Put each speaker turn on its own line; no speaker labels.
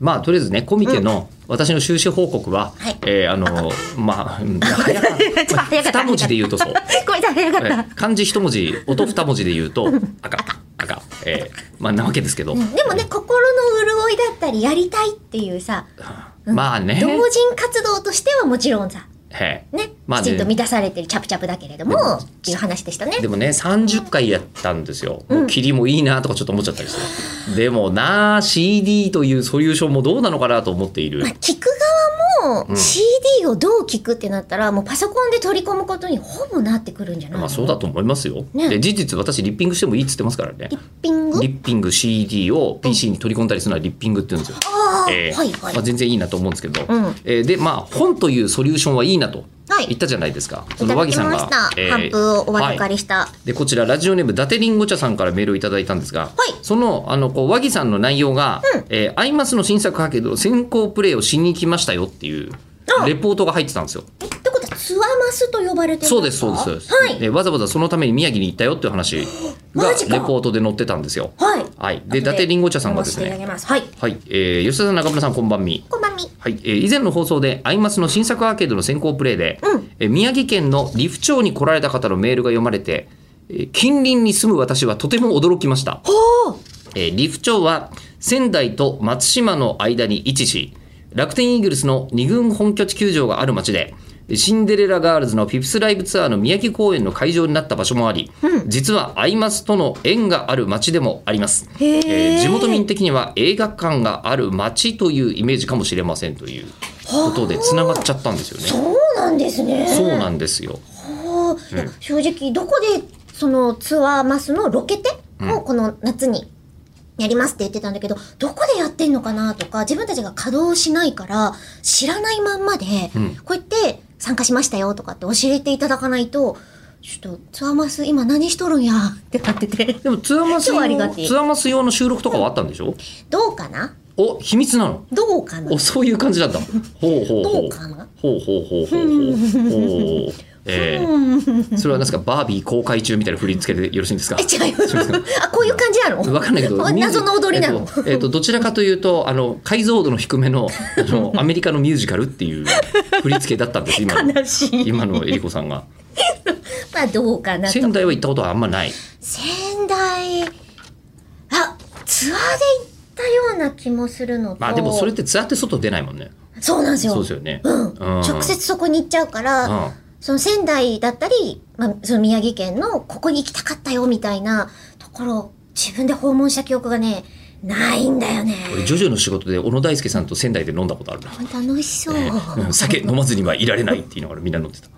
まあとりあえずねコミケの私の収支報告は、
はい
えーあのま あうん早かっ
ちょっと早かった
二文字で言う とそう
これじゃ早かっ
え
た
ー漢字一文字音二文字で言うと赤赤えーまあなわけですけど、
うんでもね心の潤いだったりやりたいっていうさ
まあね
同人活動としてはもちろんさ
えー
ね,、
まあね
きちんと満たされてるチャプチャプだけれども
でも
っていう話でしたね
でもね30回やったんですよ、もう霧もいいなとかちょっと思っちゃったりしてでもなあ CD というソリューションもどうなのかなと思っている
まあ、聞く側も CD をどう聞くってなったら、もうパソコンで取り込むことにほぼなってくるんじゃない
まあそうだと思いますよ、
ね
で事実私リッピングしてもいいっつってますからね
リッピング
リッピング CD を PC に取り込んだりするのはリッピングって言うんですよ。
ああ、
えー
はいはい、
まあ、全然いいなと思うんですけど、
うん
えーでまあ本というソリューションはいいなと
はい
言ったじゃないですか、
いただきました
えー
ハンプをお預か
はい
りした、
でこちらラジオネーム伊達りんご茶さんからメールをいただいたんですが、
い
そのあのこう和木さんの内容が、えーアイマスの新作派けど先行プレイをしに行きましたよっていう
あ
レポートが入ってたんですよ。
えってことはツアマスと呼ばれてる
そうですそうですそうです、
はい、
でわざわざそのために宮城に行ったよっていう話が
マジか
レポートで載ってたんですよ。
はい
はい、で伊達りんご茶さんがです
読ませていただ
ね
きますはい
はい、えー吉田さん中村さんこんばんみ。
こんばんみ
はい、えー以前の放送でアイマスの新作アーケードの先行プレイで、
うん
えー宮城県の利府町に来られた方のメールが読まれて、えー近隣に住む私はとても驚きました、
ほう
えー、利府町は仙台と松島の間に位置し楽天イーグルスの2軍本拠地球場がある町でシンデレラガールズのフィフスライブツアーの宮城公演の会場になった場所もあり、実はアイマスとの縁がある町でもあります、
へえ
えー地元民的には映画館がある町というイメージかもしれませんということでつながっちゃったんですよね。
そうなんですね
そうなんですよ。
ほういや正直どこでそのツアーマスのロケテをこの夏にやりますって言ってたんだけど、どこでやってんのかなとか自分たちが稼働しないから知らないまんまで、
ん
こうやって参加しましたよとかって教えていただかないとちょっとツアーマス今何しとるんやってなってて
でもツアーマス
超あり
用
が
の
てえ
ツアーマス用の収録とかはあったんでしょ？
どうかな
お秘密なの？
どうかな
おそういう感じなんだ。ほうほうほう。
どうかな
ほうほうほうほうほう。ほうえー、それは何ですかバービー公開中みたいな振り付けでよろしいん ですか
え。違うよあこういう感じなの
わかんないけど
謎の踊りな
え
の、
っと,、えっとどちらかというとあの解像度の低めのあ のアメリカのミュージカルっていう振り付けだったんです今の
悲し い
今のえりこさんが
まあどうかなと
仙台は行ったことはあんまない
仙台あツアーで行ったような気もするのと
まあでもそれってツアーって外出ないもんね
そうなんですよ
そうですよね、
うん
うん
直接そこに行っちゃうから、
うん
その仙台だったり、まあ、その宮城県のここに行きたかったよみたいなところ自分で訪問した記憶がねないんだよね
俺ジョジョの仕事で小野大輔さんと仙台で飲んだことあるな
楽しそう、
うん酒飲まずにはいられないっていうのがみんな飲んでた